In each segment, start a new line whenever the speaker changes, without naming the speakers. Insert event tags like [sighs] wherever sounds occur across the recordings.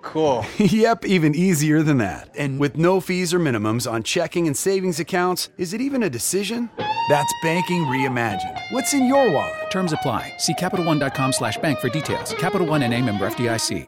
Cool.
yep, even easier than that. And with no fees or minimums on checking and savings accounts, is it even a decision? That's banking reimagined. What's in your wallet?
Terms apply. See CapitalOne.com slash bank for details. Capital One and a member FDIC.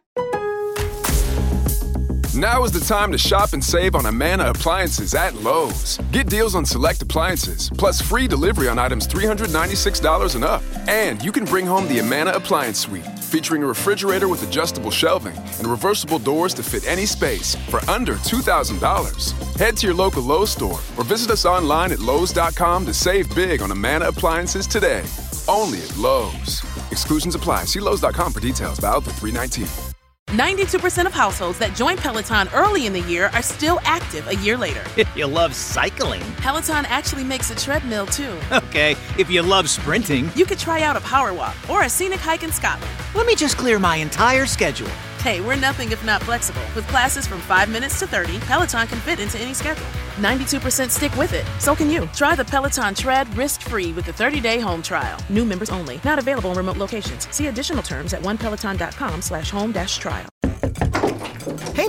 Now is the time to shop and save on Amana appliances at Lowe's. Get deals on select appliances, plus free delivery on items $396 and up. And you can bring home the Amana Appliance Suite, featuring a refrigerator with adjustable shelving and reversible doors to fit any space for under $2,000. Head to your local Lowe's store or visit us online at Lowe's.com to save big on Amana appliances today. Only at Lowe's. Exclusions apply. See Lowe's.com for details. Valid for 319.
92% of households that join Peloton early in the year are still active a year later.
If [laughs] you love cycling,
Peloton actually makes a treadmill too.
okay. If you love sprinting,
You could try out a power walk or a scenic hike in Scotland.
let me just clear my entire schedule.
Hey, we're nothing if not flexible. With classes from 5 minutes to 30, Peloton can fit into any schedule. 92% stick with it. So can you. Try the Peloton Tread risk-free with the 30-day home trial. New members only. Not available in remote locations. See additional terms at onepeloton.com slash home dash trial.
Hey,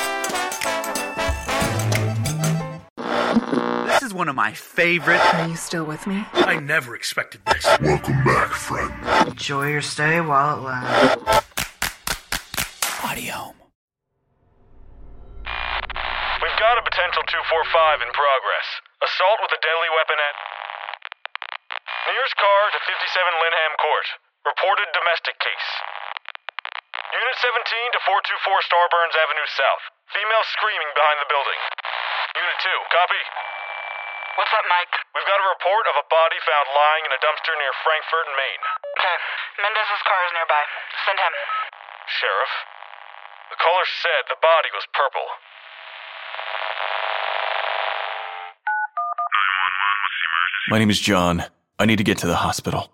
This is one of my favorite.
Are you still with me?
I never expected this.
Welcome back, friend.
Enjoy your stay while it lasts.
Audio.
We've got a potential 245 in progress. Assault with a deadly weapon at. Nearest car to 57 Linham Court. Reported domestic case. Unit 17 to 424 Starburns Avenue South. Female screaming behind the building. Unit 2, copy.
What's up, Mike?
We've got a report of a body found lying in a dumpster near Frankfurt and Maine.
Okay, Mendez's car is nearby. Send him.
Sheriff, the caller said the body was purple.
My name is John. I need to get to the hospital.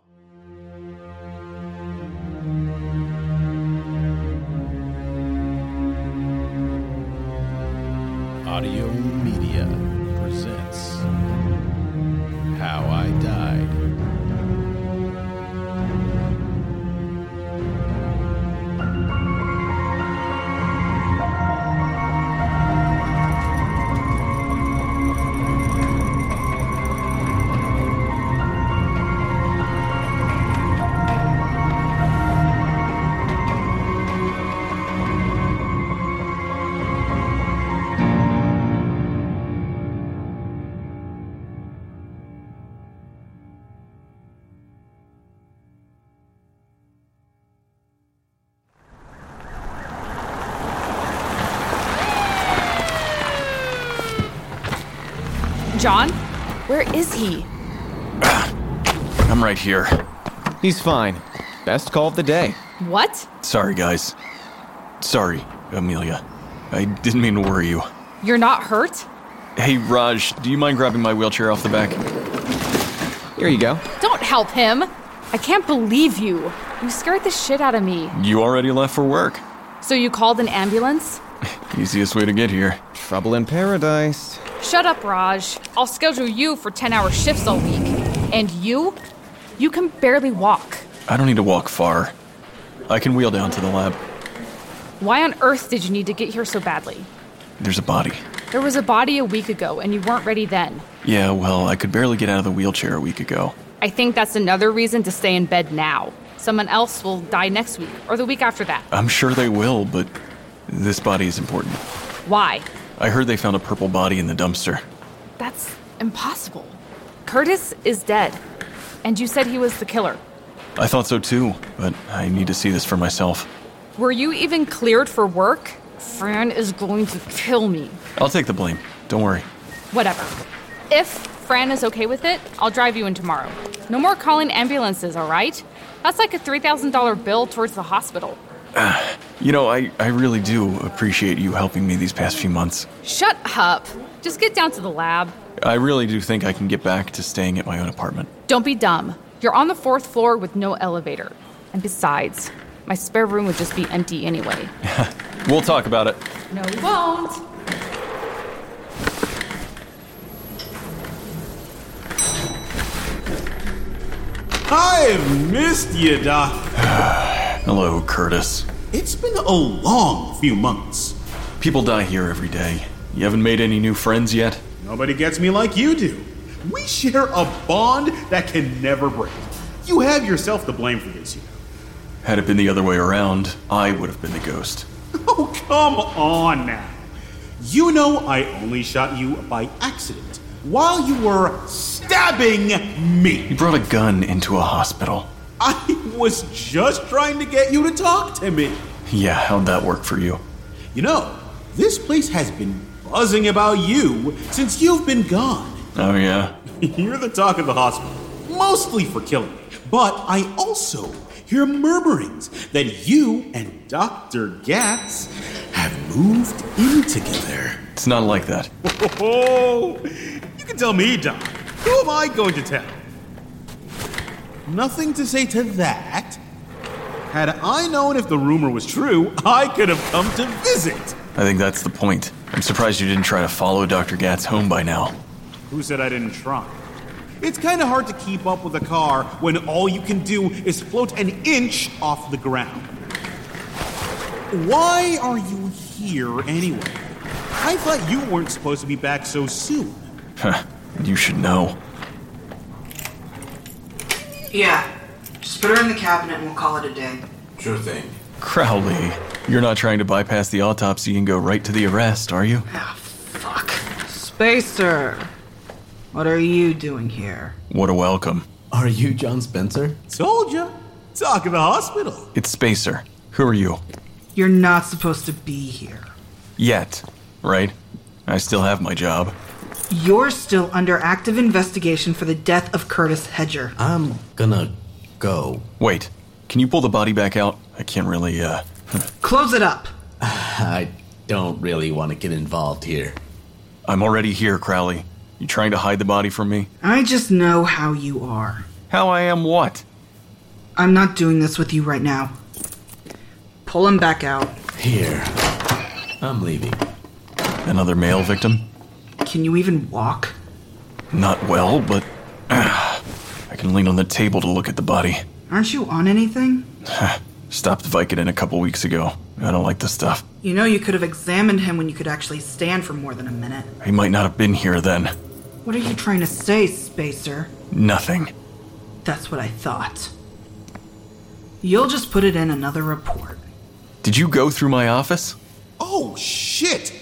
Audio Media presents How I Died.
John? Where is he?
I'm right here.
He's fine. Best call of the day.
What?
Sorry, guys. Sorry, Amelia. I didn't mean to worry you.
You're not hurt?
Hey, Raj, do you mind grabbing my wheelchair off the back?
Here you go.
Don't help him! I can't believe you. You scared the shit out of me.
You already left for work.
So you called an ambulance?
Easiest way to get here.
Trouble in paradise.
Shut up, Raj. I'll schedule you for 10 hour shifts all week. And you? You can barely walk.
I don't need to walk far. I can wheel down to the lab.
Why on earth did you need to get here so badly?
There's a body.
There was a body a week ago, and you weren't ready then.
Yeah, well, I could barely get out of the wheelchair a week ago.
I think that's another reason to stay in bed now. Someone else will die next week or the week after that.
I'm sure they will, but this body is important.
Why?
I heard they found a purple body in the dumpster.
That's impossible. Curtis is dead. And you said he was the killer.
I thought so too, but I need to see this for myself.
Were you even cleared for work? Fran is going to kill me.
I'll take the blame. Don't worry.
Whatever. If Fran is okay with it, I'll drive you in tomorrow. No more calling ambulances, all right? That's like a $3,000 bill towards the hospital.
Ah, you know, I, I really do appreciate you helping me these past few months.
Shut up. Just get down to the lab.
I really do think I can get back to staying at my own apartment.
Don't be dumb. You're on the fourth floor with no elevator. And besides, my spare room would just be empty anyway.
we'll talk about it.
No, we won't.
I've missed you, Doc.
[sighs] Hello, Curtis.
It's been a long few months.
People die here every day. You haven't made any new friends yet?
Nobody gets me like you do. We share a bond that can never break. You have yourself to blame for this, you know.
Had it been the other way around, I would have been the ghost.
[laughs] Oh, come on now. You know I only shot you by accident while you were stabbing me.
You brought a gun into a hospital.
I was just trying to get you to talk to me.
Yeah, how'd that work for you?
You know, this place has been buzzing about you since you've been gone.
Oh, yeah?
[laughs] You're the talk of the hospital, mostly for killing me. But I also hear murmurings that you and Dr. Gatz have moved in together.
It's not like that.
[laughs] Oh, you can tell me, Doc. Who am I going to tell? Nothing to say to that. Had I known if the rumor was true, I could have come to visit.
I think that's the point. I'm surprised you didn't try to follow Dr. Gatz home by now.
Who said I didn't try? It's kind of hard to keep up with a car when all you can do is float an inch off the ground. Why are you here anyway? I thought you weren't supposed to be back so soon.
Huh, you should know.
Yeah. Just put her in the cabinet and we'll call it a day.
Sure thing.
Crowley, you're not trying to bypass the autopsy and go right to the arrest, are you?
Ah, fuck. Spacer! What are you doing here?
What a welcome.
Are you John Spencer?
Told you. Talk of the hospital.
It's Spacer. Who are you?
You're not supposed to be here.
Yet, right? I still have my job.
You're still under active investigation for the death of Curtis Hedger.
I'm gonna go.
Wait, can you pull the body back out? I can't really, uh. [laughs]
Close it up!
[sighs] I don't really want to get involved here.
I'm already here, Crowley. You trying to hide the body from me?
I just know how you are.
How I am what?
I'm not doing this with you right now. Pull him back out.
Here. I'm leaving.
Another male victim?
Can you even walk?
Not well, but [sighs] uh, I can lean on the table to look at the body.
Aren't you on anything?
Stopped Vicodin a couple weeks ago. I don't like this stuff.
You know, you could have examined him when you could actually stand for more than a minute.
He might not have been here then.
What are you trying to say, Spacer?
Nothing.
That's what I thought. You'll just put it in another report.
Did you go through my office?
Oh, shit!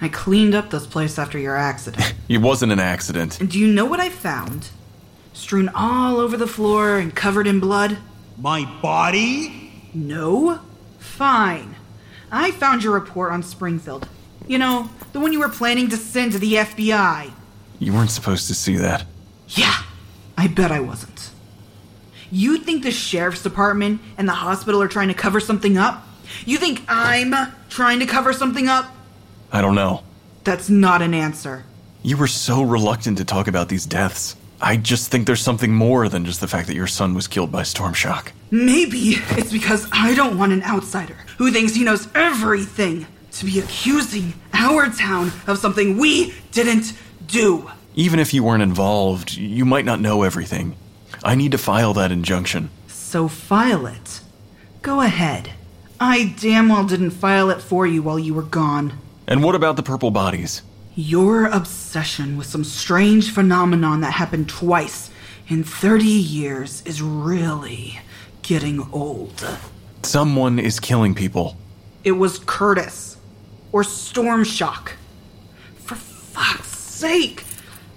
I cleaned up this place after your accident.
it wasn't an accident.
And do you know what I found? Strewn all over the floor and covered in blood?
My body?
No. Fine. I found your report on Springfield. You know, the one you were planning to send to the FBI.
You weren't supposed to see that.
Yeah, I bet I wasn't. You think the sheriff's department and the hospital are trying to cover something up? You think I'm trying to cover something up?
I don't know.
That's not an answer.
You were so reluctant to talk about these deaths. I just think there's something more than just the fact that your son was killed by storm shock.
Maybe it's because I don't want an outsider who thinks he knows everything to be accusing our town of something we didn't do.
Even if you weren't involved, you might not know everything. I need to file that injunction.
So file it. Go ahead. I damn well didn't file it for you while you were gone.
And what about the purple bodies?
Your obsession with some strange phenomenon that happened twice in 30 years is really getting old.
Someone is killing people.
It was Curtis. Or Storm Shock. For fuck's sake!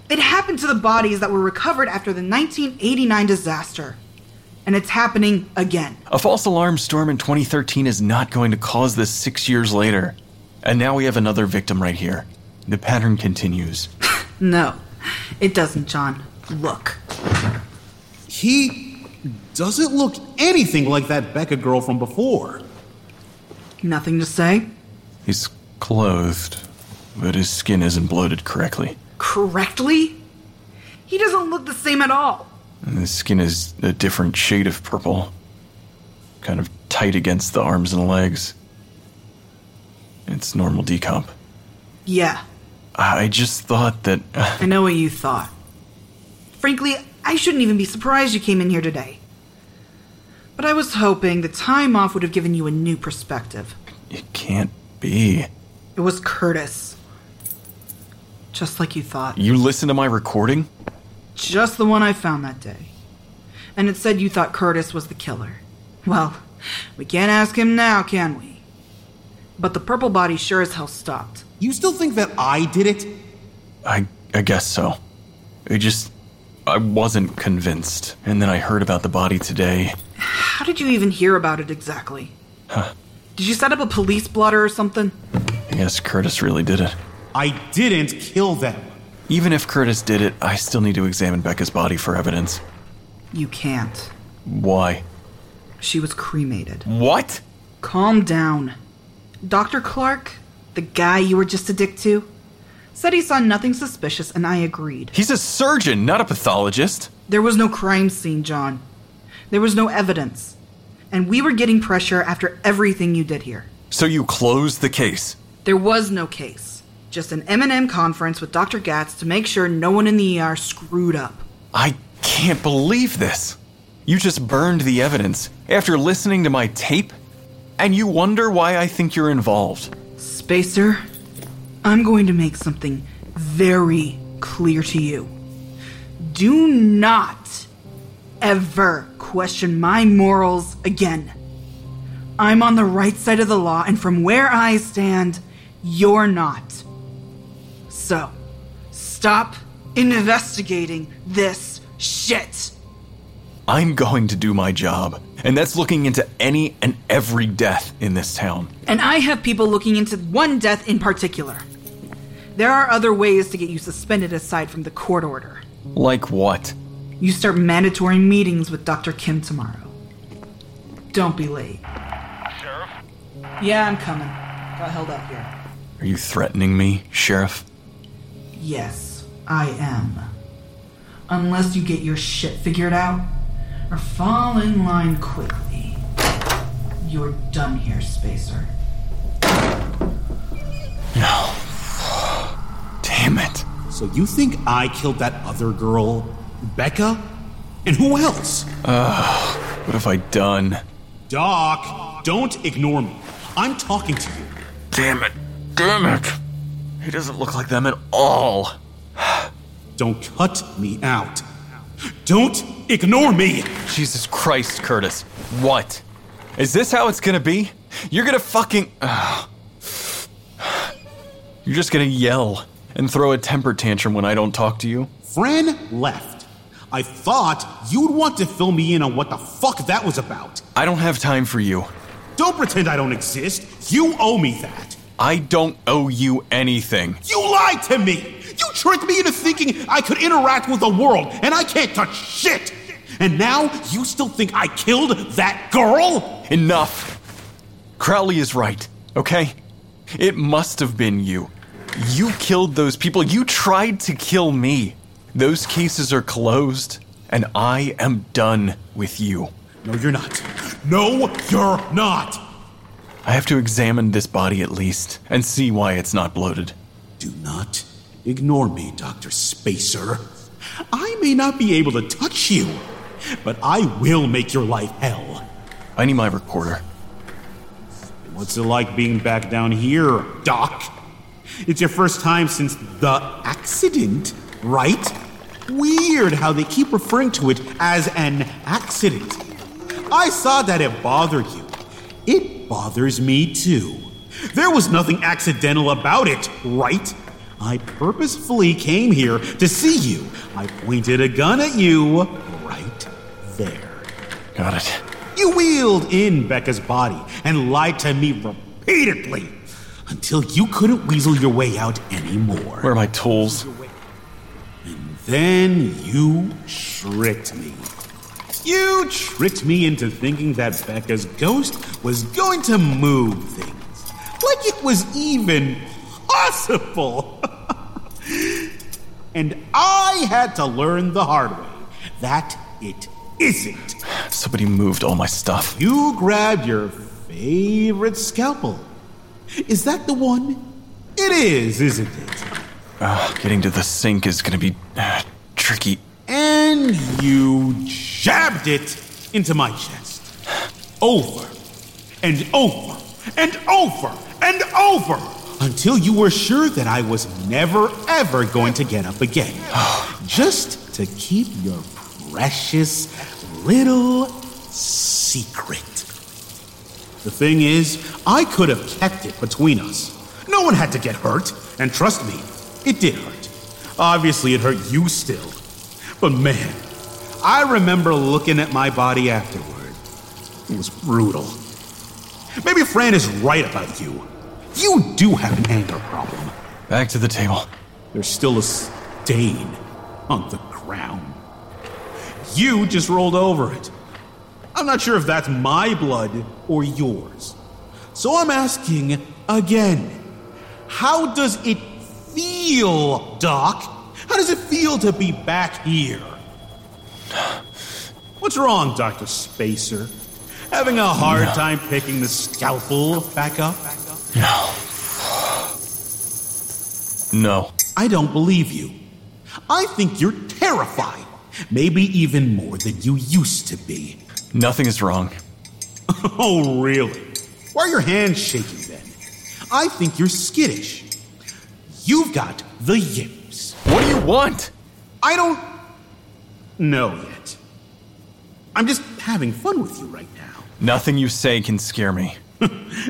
It happened to the bodies that were recovered after the 1989 disaster. And it's happening again.
A false alarm storm in 2013 is not going to cause this six years later. And now we have another victim right here. The pattern continues.
No, it doesn't, John. Look.
He doesn't look anything like that Becca girl from before.
Nothing to say?
He's clothed, but his skin isn't bloated correctly.
Correctly? He doesn't look the same at all.
And his skin is a different shade of purple, kind of tight against the arms and legs. It's normal decomp.
Yeah,
I just thought that.
I know what you thought. Frankly, I shouldn't even be surprised you came in here today. But I was hoping the time off would have given you a new perspective.
It can't be.
It was Curtis. Just like you thought.
You listen to my recording?
Just the one I found that day. And it said you thought Curtis was the killer. Well, we can't ask him now, can we? But the purple body sure as hell stopped.
You still think that I did it?
I, I guess so. I just. I wasn't convinced. And then I heard about the body today.
How did you even hear about it exactly?
Huh.
Did you set up a police blotter or something?
I guess Curtis really did it.
I didn't kill them.
Even if Curtis did it, I still need to examine Becca's body for evidence.
You can't.
Why?
She was cremated.
What?
Calm down. Dr. Clark, the guy you were just a dick to, said he saw nothing suspicious, and I agreed.
He's a surgeon, not a pathologist.
There was no crime scene, John. There was no evidence. And we were getting pressure after everything you did here.
So you closed the case.
There was no case. Just an M&M conference with Dr. Gatz to make sure no one in the ER screwed up.
I can't believe this. You just burned the evidence after listening to my tape? And you wonder why I think you're involved.
Spacer, I'm going to make something very clear to you. Do not ever question my morals again. I'm on the right side of the law, and from where I stand, you're not. So, stop investigating this shit.
I'm going to do my job, and that's looking into any and every death in this town.
And I have people looking into one death in particular. There are other ways to get you suspended aside from the court order.
Like what?
You start mandatory meetings with Dr. Kim tomorrow. Don't be late.
Sheriff?
Yeah, I'm coming. Got held up here.
Are you threatening me, Sheriff?
Yes, I am. Unless you get your shit figured out or fall in line quickly. You're done here, Spacer.
No. Damn it.
So you think I killed that other girl, Becca? And who else?
Ugh, what have I done?
Doc, don't ignore me. I'm talking to you.
Damn it. Damn it. He doesn't look like them at all.
Don't cut me out. Don't ignore me.
Jesus Christ, Curtis. What? Is this how it's gonna be? You're gonna fucking. Ugh. You're just gonna yell and throw a temper tantrum when I don't talk to you?
Fran left. I thought you'd want to fill me in on what the fuck that was about.
I don't have time for you.
Don't pretend I don't exist. You owe me that.
I don't owe you anything.
You lied to me. You tricked me into thinking I could interact with the world, and I can't touch shit! And now you still think I killed that girl?
Enough! Crowley is right, okay? It must have been you. You killed those people. You tried to kill me. Those cases are closed, and I am done with you.
No, you're not. No, you're not!
I have to examine this body at least and see why it's not bloated.
Do not ignore me, Dr. Spacer. I may not be able to touch you, but I will make your life hell.
I need my recorder.
What's it like being back down here, Doc? It's your first time since the accident, right? Weird how they keep referring to it as an accident. I saw that it bothered you. It bothers me too. There was nothing accidental about it, right? I purposefully came here to see you. I pointed a gun at you right there.
Got it.
You wheeled in Becca's body and lied to me repeatedly until you couldn't weasel your way out anymore.
Where are my tools?
Then you tricked me. You tricked me into thinking that Becca's ghost was going to move things. Like it was even possible. [laughs] and I had to learn the hard way that it isn't.
Somebody moved all my stuff.
You grabbed your favorite scalpel. Is that the one? It is, isn't it?
Ah, getting to the sink is gonna be ah, tricky.
And you jabbed it into my chest. Over and over and over and over until you were sure that I was never ever going to get up again. Just to keep your precious little secret. The thing is, I could have kept it between us. No one had to get hurt, and trust me, it did hurt. Obviously, it hurt you still. But man, I remember looking at my body afterward. It was brutal. Maybe Fran is right about you. You do have an anger problem.
Back to the table.
There's still a stain on the ground. You just rolled over it. I'm not sure if that's my blood or yours. So I'm asking again how does it feel, Doc? How does it feel to be back here? What's wrong, Dr. Spacer? Having a hard
No.
time picking the scalpel back up?
No. No.
I don't believe you. I think you're terrified. Maybe even more than you used to be. [laughs]
Nothing is wrong.
Oh, really? Why are your hands shaking then? I think you're skittish. You've got the yips.
What do you want?
I don't know yet. I'm just having fun with you right now.
Nothing you say can scare me.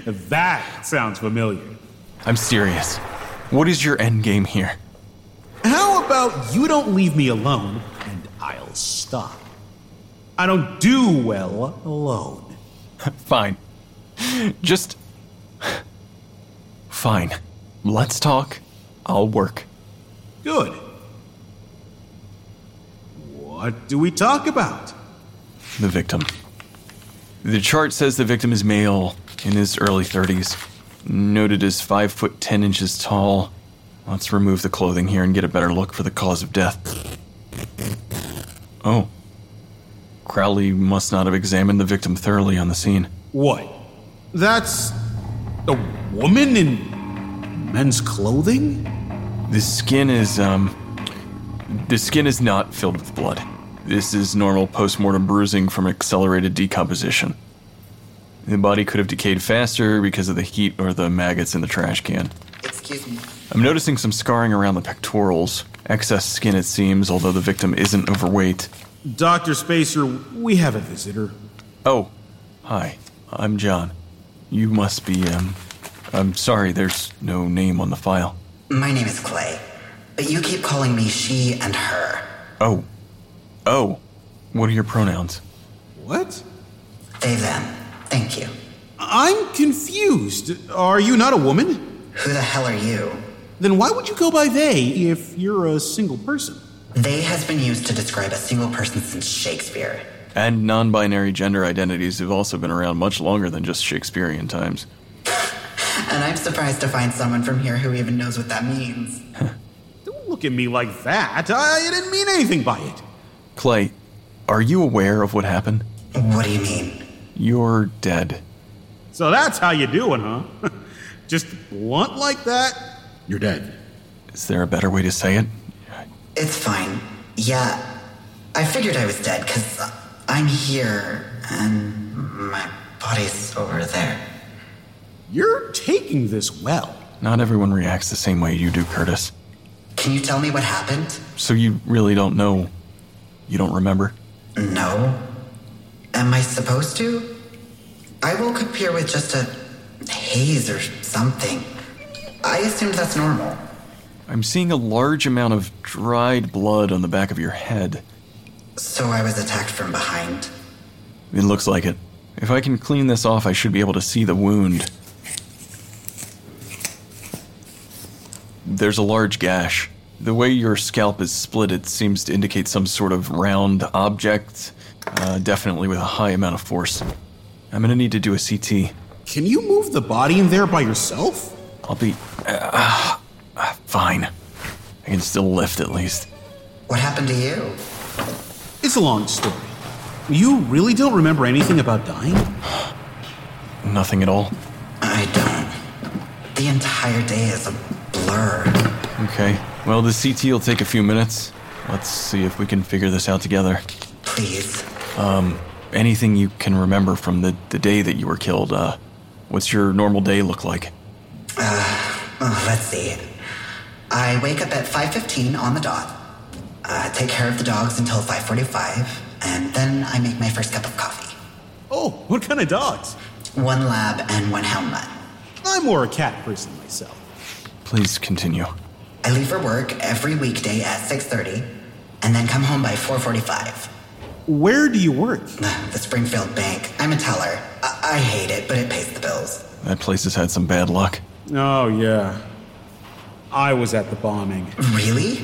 That sounds familiar.
I'm serious. What is your end game here?
How about you don't leave me alone and I'll stop? I don't do well alone.
Fine. Just. [sighs] Fine. Let's talk. I'll work.
Good. What do we talk about?
The victim. The chart says the victim is male in his early 30s, noted as 5 foot 10 inches tall. Let's remove the clothing here and get a better look for the cause of death. Oh. Crowley must not have examined the victim thoroughly on the scene.
What? That's a woman in men's clothing?
The skin is, um. The skin is not filled with blood. This is normal postmortem bruising from accelerated decomposition. The body could have decayed faster because of the heat or the maggots in the trash can.
Excuse me.
I'm noticing some scarring around the pectorals. Excess skin, it seems, although the victim isn't overweight.
Dr. Spacer, we have a visitor.
Oh, hi. I'm John. You must be, um. I'm sorry, there's no name on the file.
My name is Clay, but you keep calling me she and her.
Oh. Oh. What are your pronouns?
What?
They, them. Thank you.
I'm confused. Are you not a woman?
Who the hell are you?
Then why would you go by they if you're a single person?
They has been used to describe a single person since Shakespeare.
And non binary gender identities have also been around much longer than just Shakespearean times.
And I'm surprised to find someone from here who even knows what that means.
Don't look at me like that. I didn't mean anything by it.
Clay, are you aware of what happened?
What do you mean?
You're dead.
So that's how you doing, huh? [laughs] Just blunt like that? You're dead.
Is there a better way to say it?
It's fine. Yeah, I figured I was dead because I'm here and my body's over there.
You're taking this well.
Not everyone reacts the same way you do, Curtis.
Can you tell me what happened?
So you really don't know. You don't remember?
No. Am I supposed to? I woke up here with just a haze or something. I assumed that's normal.
I'm seeing a large amount of dried blood on the back of your head.
So I was attacked from behind.
It looks like it. If I can clean this off, I should be able to see the wound. There's a large gash. The way your scalp is split, it seems to indicate some sort of round object, uh, definitely with a high amount of force. I'm gonna need to do a CT.
Can you move the body in there by yourself?
I'll be. Uh, uh, fine. I can still lift at least.
What happened to you?
It's a long story. You really don't remember anything about dying?
Nothing at all.
I don't. The entire day is a blur.
Okay. Well, the CT will take a few minutes. Let's see if we can figure this out together.
Please.
Um, anything you can remember from the, the day that you were killed? Uh, what's your normal day look like?
Oh, let's see. I wake up at 5:15 on the dot. Uh, take care of the dogs until 5:45, and then I make my first cup of coffee.
Oh, what kind of dogs?
One lab and one houndman.
I'm more a cat person myself.
Please continue.
I leave for work every weekday at 6:30, and then come home by 4:45.
Where do you work?
The Springfield Bank. I'm a teller. I, I hate it, but it pays the bills.
That place has had some bad luck.
Oh, yeah. I was at the bombing.
Really?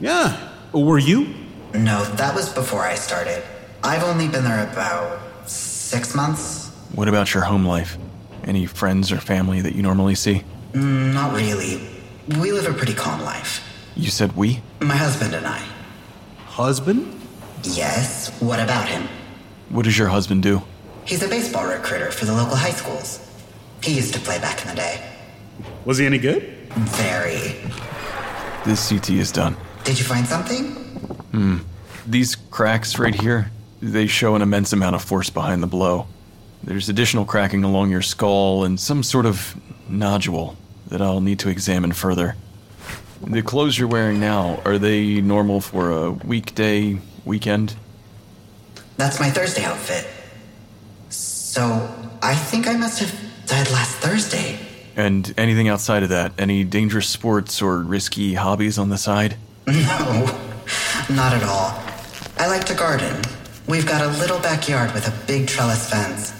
Yeah. Were you?
No, that was before I started. I've only been there about six months.
What about your home life? Any friends or family that you normally see?
Mm, Not really. We live a pretty calm life.
You said we?
My husband and I.
Husband?
Yes, what about him?
What does your husband do?
He's a baseball recruiter for the local high schools. He used to play back in the day.
Was he any good?
Very.
This CT is done.
Did you find something?
Hmm. These cracks right here, they show an immense amount of force behind the blow. There's additional cracking along your skull and some sort of nodule that I'll need to examine further. The clothes you're wearing now, are they normal for a weekday, weekend?
That's my Thursday outfit. So I think I must have died last Thursday. [laughs]
And anything outside of that? Any dangerous sports or risky hobbies on the side?
No, not at all. I like to garden. We've got a little backyard with a big trellis fence.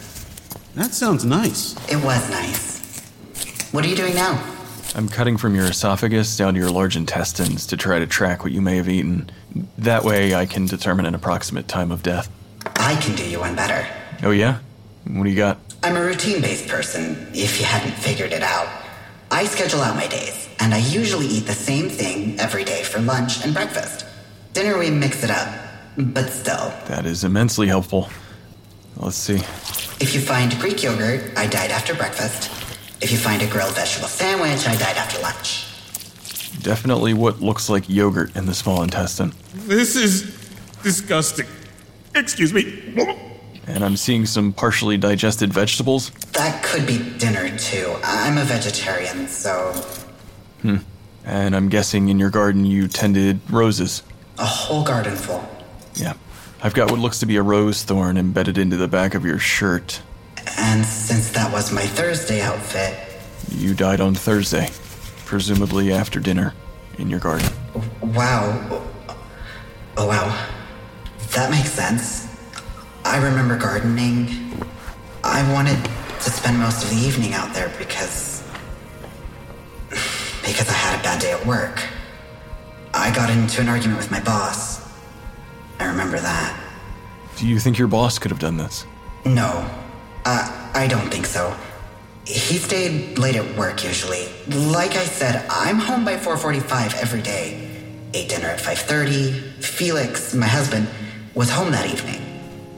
That sounds nice.
It was nice. What are you doing now?
I'm cutting from your esophagus down to your large intestines to try to track what you may have eaten. That way I can determine an approximate time of death.
I can do you one better.
Oh, yeah? What do you got?
I'm a routine based person, if you hadn't figured it out. I schedule out my days, and I usually eat the same thing every day for lunch and breakfast. Dinner, we mix it up, but still.
That is immensely helpful. Let's see.
If you find Greek yogurt, I died after breakfast. If you find a grilled vegetable sandwich, I died after lunch.
Definitely what looks like yogurt in the small intestine.
This is disgusting. Excuse me.
And I'm seeing some partially digested vegetables.
That could be dinner, too. I'm a vegetarian, so
Hmm. And I'm guessing in your garden you tended roses.
a whole garden full.
Yeah. I've got what looks to be a rose thorn embedded into the back of your shirt.
And since that was my Thursday outfit,
You died on Thursday, presumably after dinner, in your garden.
wow. Oh, wow. That makes sense. I remember gardening. I wanted to spend most of the evening out there because. because I had a bad day at work. I got into an argument with my boss. I remember that.
Do you think your boss could have done this?
No, uh, I don't think so. He stayed late at work usually. Like I said, I'm home by 4:45 every day. Ate dinner at 5:30. Felix, my husband, was home that evening.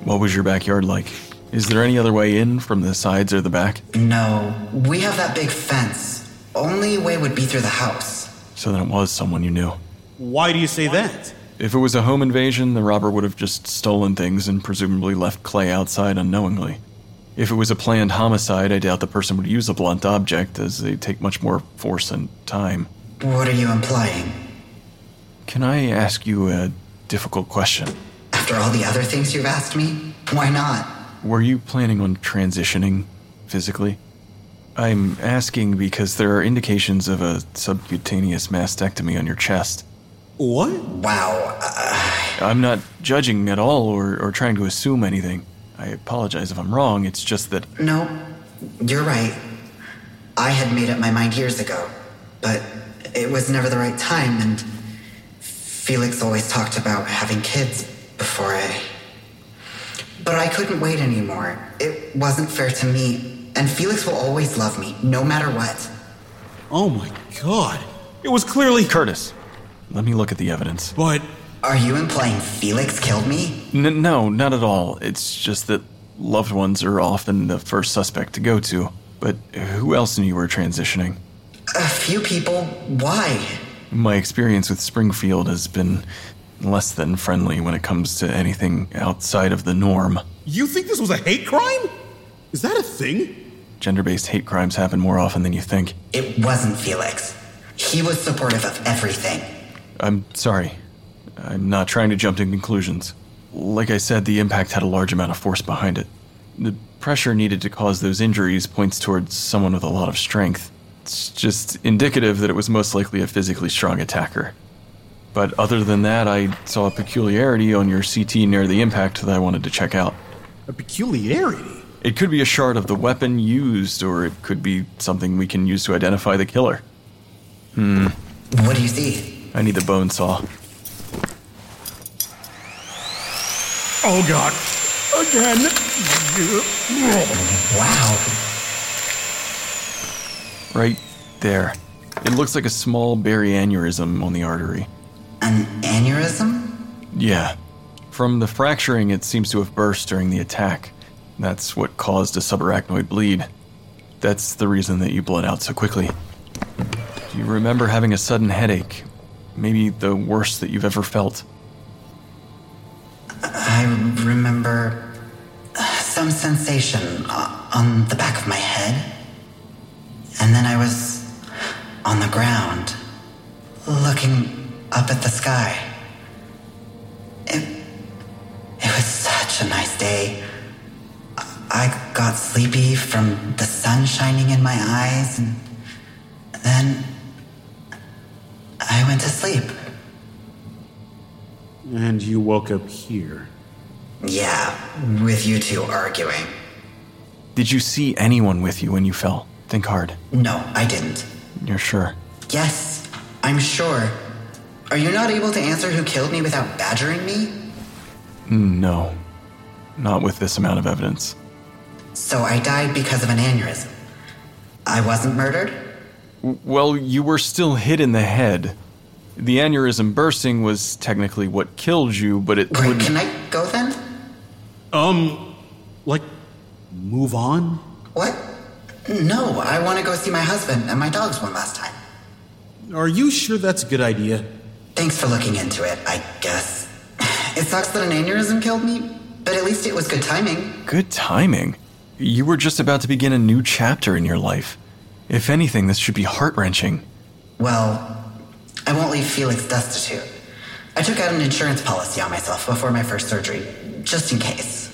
What was your backyard like? Is there any other way in from the sides or the back?
No, we have that big fence. Only way would be through the house.
So then it was someone you knew.
Why do you say that?
If it was a home invasion, the robber would have just stolen things and presumably left Clay outside unknowingly. If it was a planned homicide, I doubt the person would use a blunt object, as they take much more force and time.
What are you implying?
Can I ask you a difficult question?
After all the other things you've asked me, why not?
Were you planning on transitioning physically? I'm asking because there are indications of a subcutaneous mastectomy on your chest.
What?
Wow. uh,
I'm not judging at all or, or trying to assume anything. I apologize if I'm wrong, it's just that.
No, you're right. I had made up my mind years ago, but it was never the right time, and Felix always talked about having kids before I. But I couldn't wait anymore. It wasn't fair to me, and Felix will always love me, no matter what.
Oh my god. It was clearly.
Curtis, let me look at the evidence.
But.
Are you implying Felix killed me?
N- no, not at all. It's just that loved ones are often the first suspect to go to. But who else knew you were transitioning?
A few people. Why?
My experience with Springfield has been less than friendly when it comes to anything outside of the norm.
You think this was a hate crime? Is that a thing?
Gender based hate crimes happen more often than you think.
It wasn't Felix. He was supportive of everything.
I'm sorry. I'm not trying to jump to conclusions. Like I said, the impact had a large amount of force behind it. The pressure needed to cause those injuries points towards someone with a lot of strength. It's just indicative that it was most likely a physically strong attacker. But other than that, I saw a peculiarity on your CT near the impact that I wanted to check out.
A peculiarity?
It could be a shard of the weapon used, or it could be something we can use to identify the killer. Hmm.
What do you see?
I need the bone saw.
Oh god. Again.
Wow.
Right there. It looks like a small berry aneurysm on the artery.
An aneurysm?
Yeah. From the fracturing, it seems to have burst during the attack. That's what caused a subarachnoid bleed. That's the reason that you bled out so quickly. Do you remember having a sudden headache? Maybe the worst that you've ever felt?
I remember uh, some sensation uh, on the back of my head. And then I was on the ground, looking up at the sky. It, it was such a nice day. I got sleepy from the sun shining in my eyes, and then I went to sleep.
And you woke up here.
Yeah, with you two arguing.
Did you see anyone with you when you fell? Think hard.
No, I didn't.
You're sure?
Yes, I'm sure. Are you not able to answer who killed me without badgering me?
Hmm, No, not with this amount of evidence.
So I died because of an aneurysm. I wasn't murdered?
Well, you were still hit in the head. The aneurysm bursting was technically what killed you, but it.
Wait, wouldn't... [laughs] can I go then?
Um, like, move on?
What? No, I want to go see my husband and my dogs one last time.
Are you sure that's a good idea?
Thanks for looking into it, I guess. [sighs] It sucks that an aneurysm killed me, but at least it was good timing.
Good timing? You were just about to begin a new chapter in your life. If anything, this should be heart wrenching.
Well, I won't leave Felix destitute. I took out an insurance policy on myself before my first surgery, just in case.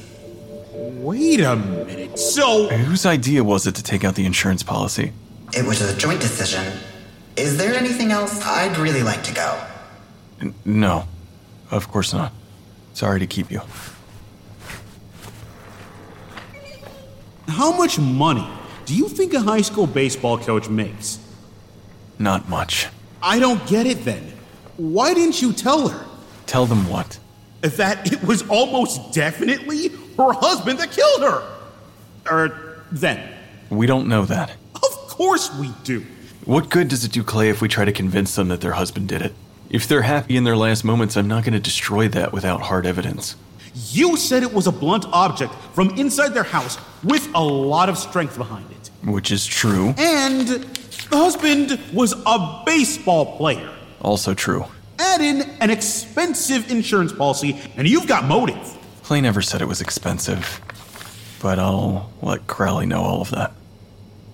Wait a minute. So.
Whose idea was it to take out the insurance policy?
It was a joint decision. Is there anything else I'd really like to go?
N- no. Of course not. Sorry to keep you.
How much money do you think a high school baseball coach makes?
Not much.
I don't get it then. Why didn't you tell her?
Tell them what?
That it was almost definitely her husband that killed her. Er, then.
We don't know that.
Of course we do.
What good does it do Clay if we try to convince them that their husband did it? If they're happy in their last moments, I'm not going to destroy that without hard evidence.
You said it was a blunt object from inside their house with a lot of strength behind it.
Which is true.
And the husband was a baseball player.
Also true.
Add in an expensive insurance policy, and you've got motive.
Clay never said it was expensive, but I'll let Crowley know all of that.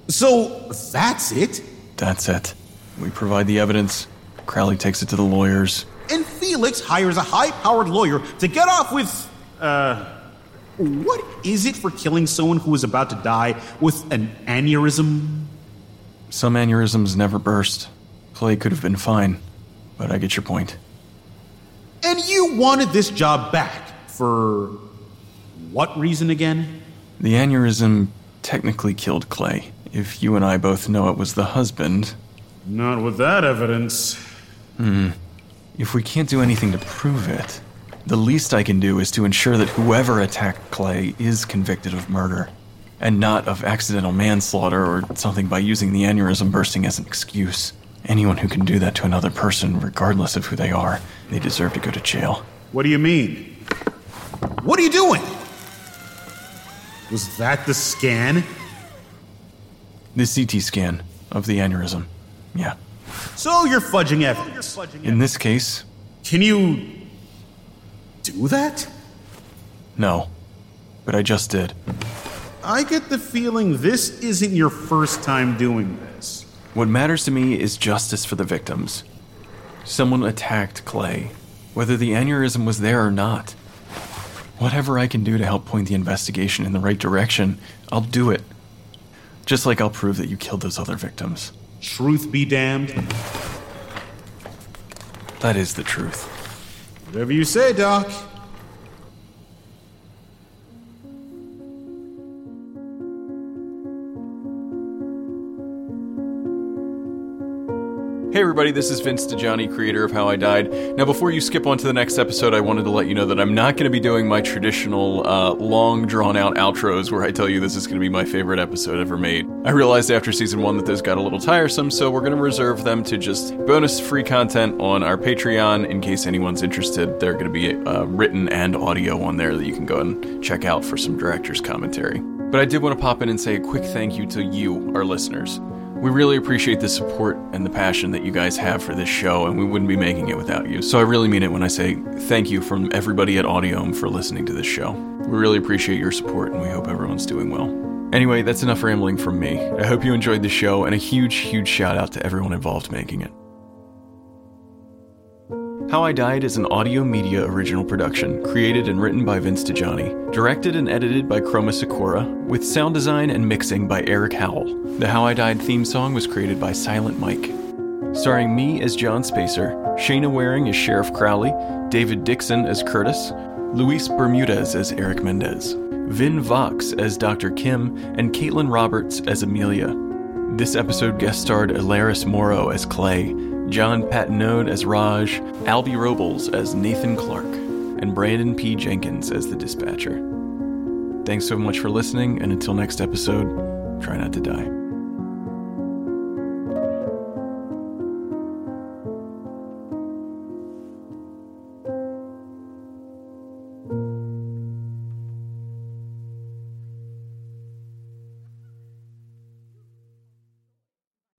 So that's it?
That's it. We provide the evidence, Crowley takes it to the lawyers.
And Felix hires a high powered lawyer to get off with. Uh. What is it for killing someone who is about to die with an aneurysm?
Some aneurysms never burst. Clay could have been fine, but I get your point.
And you wanted this job back for. what reason again?
The aneurysm technically killed Clay. If you and I both know it was the husband,
not with that evidence.
Hmm. If we can't do anything to prove it, the least I can do is to ensure that whoever attacked Clay is convicted of murder, and not of accidental manslaughter or something by using the aneurysm bursting as an excuse. Anyone who can do that to another person, regardless of who they are, they deserve to go to jail.
What do you mean? What are you doing? Was that the scan?
The CT scan of the aneurysm. Yeah.
So you're fudging evidence. So
In this case.
Can you. do that?
No. But I just did.
I get the feeling this isn't your first time doing this.
What matters to me is justice for the victims. Someone attacked Clay, whether the aneurysm was there or not. Whatever I can do to help point the investigation in the right direction, I'll do it. Just like I'll prove that you killed those other victims.
Truth be damned.
That is the truth.
Whatever you say, Doc.
Hey everybody, this is Vince DeJohnny, creator of How I Died. Now, before you skip on to the next episode, I wanted to let you know that I'm not going to be doing my traditional, uh, long, drawn out outros where I tell you this is going to be my favorite episode ever made. I realized after season one that those got a little tiresome, so we're going to reserve them to just bonus free content on our Patreon in case anyone's interested. They're going to be uh, written and audio on there that you can go and check out for some director's commentary. But I did want to pop in and say a quick thank you to you, our listeners. We really appreciate the support and the passion that you guys have for this show, and we wouldn't be making it without you. So I really mean it when I say thank you from everybody at Audiome for listening to this show. We really appreciate your support, and we hope everyone's doing well. Anyway, that's enough rambling from me. I hope you enjoyed the show, and a huge, huge shout out to everyone involved making it. How I Died is an audio media original production, created and written by Vince DiGianni, directed and edited by Chroma Sakura, with sound design and mixing by Eric Howell. The How I Died theme song was created by Silent Mike. Starring me as John Spacer, Shayna Waring as Sheriff Crowley, David Dixon as Curtis, Luis Bermudez as Eric Mendez, Vin Vox as Dr. Kim, and Caitlin Roberts as Amelia. This episode guest starred Alaris Morrow as Clay, John Patinode as Raj, Albie Robles as Nathan Clark, and Brandon P. Jenkins as the dispatcher. Thanks so much for listening, and until next episode, try not to die.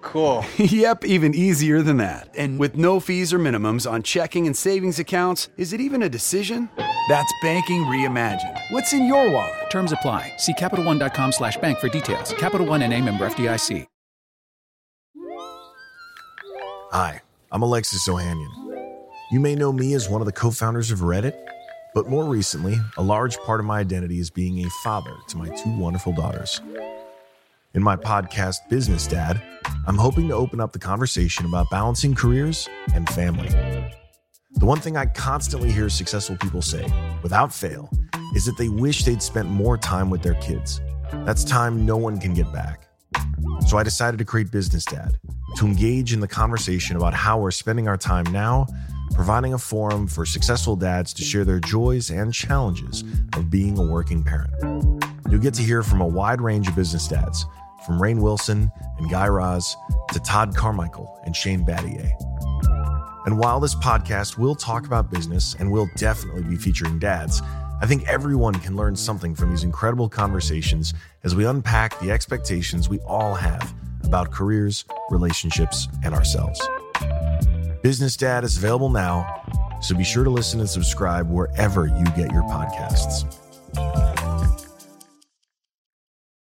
Cool. yep, even easier than that. And with no fees or minimums on checking and savings accounts, is it even a decision? That's banking reimagined. What's in your wallet?
Terms apply. See CapitalOne.com slash bank for details. Capital One and a member FDIC.
Hi, I'm Alexis Ohanian. You may know me as one of the co founders of Reddit, but more recently, a large part of my identity is being a father to my two wonderful daughters. In my podcast, Business Dad, I'm hoping to open up the conversation about balancing careers and family. The one thing I constantly hear successful people say, without fail, is that they wish they'd spent more time with their kids. That's time no one can get back. So I decided to create Business Dad to engage in the conversation about how we're spending our time now, providing a forum for successful dads to share their joys and challenges of being a working parent. You'll get to hear from a wide range of business dads, from Rain Wilson and Guy Raz to Todd Carmichael and Shane Battier. And while this podcast will talk about business and will definitely be featuring dads, I think everyone can learn something from these incredible conversations as we unpack the expectations we all have about careers, relationships, and ourselves. Business Dad is available now, so be sure to listen and subscribe wherever you get your podcasts.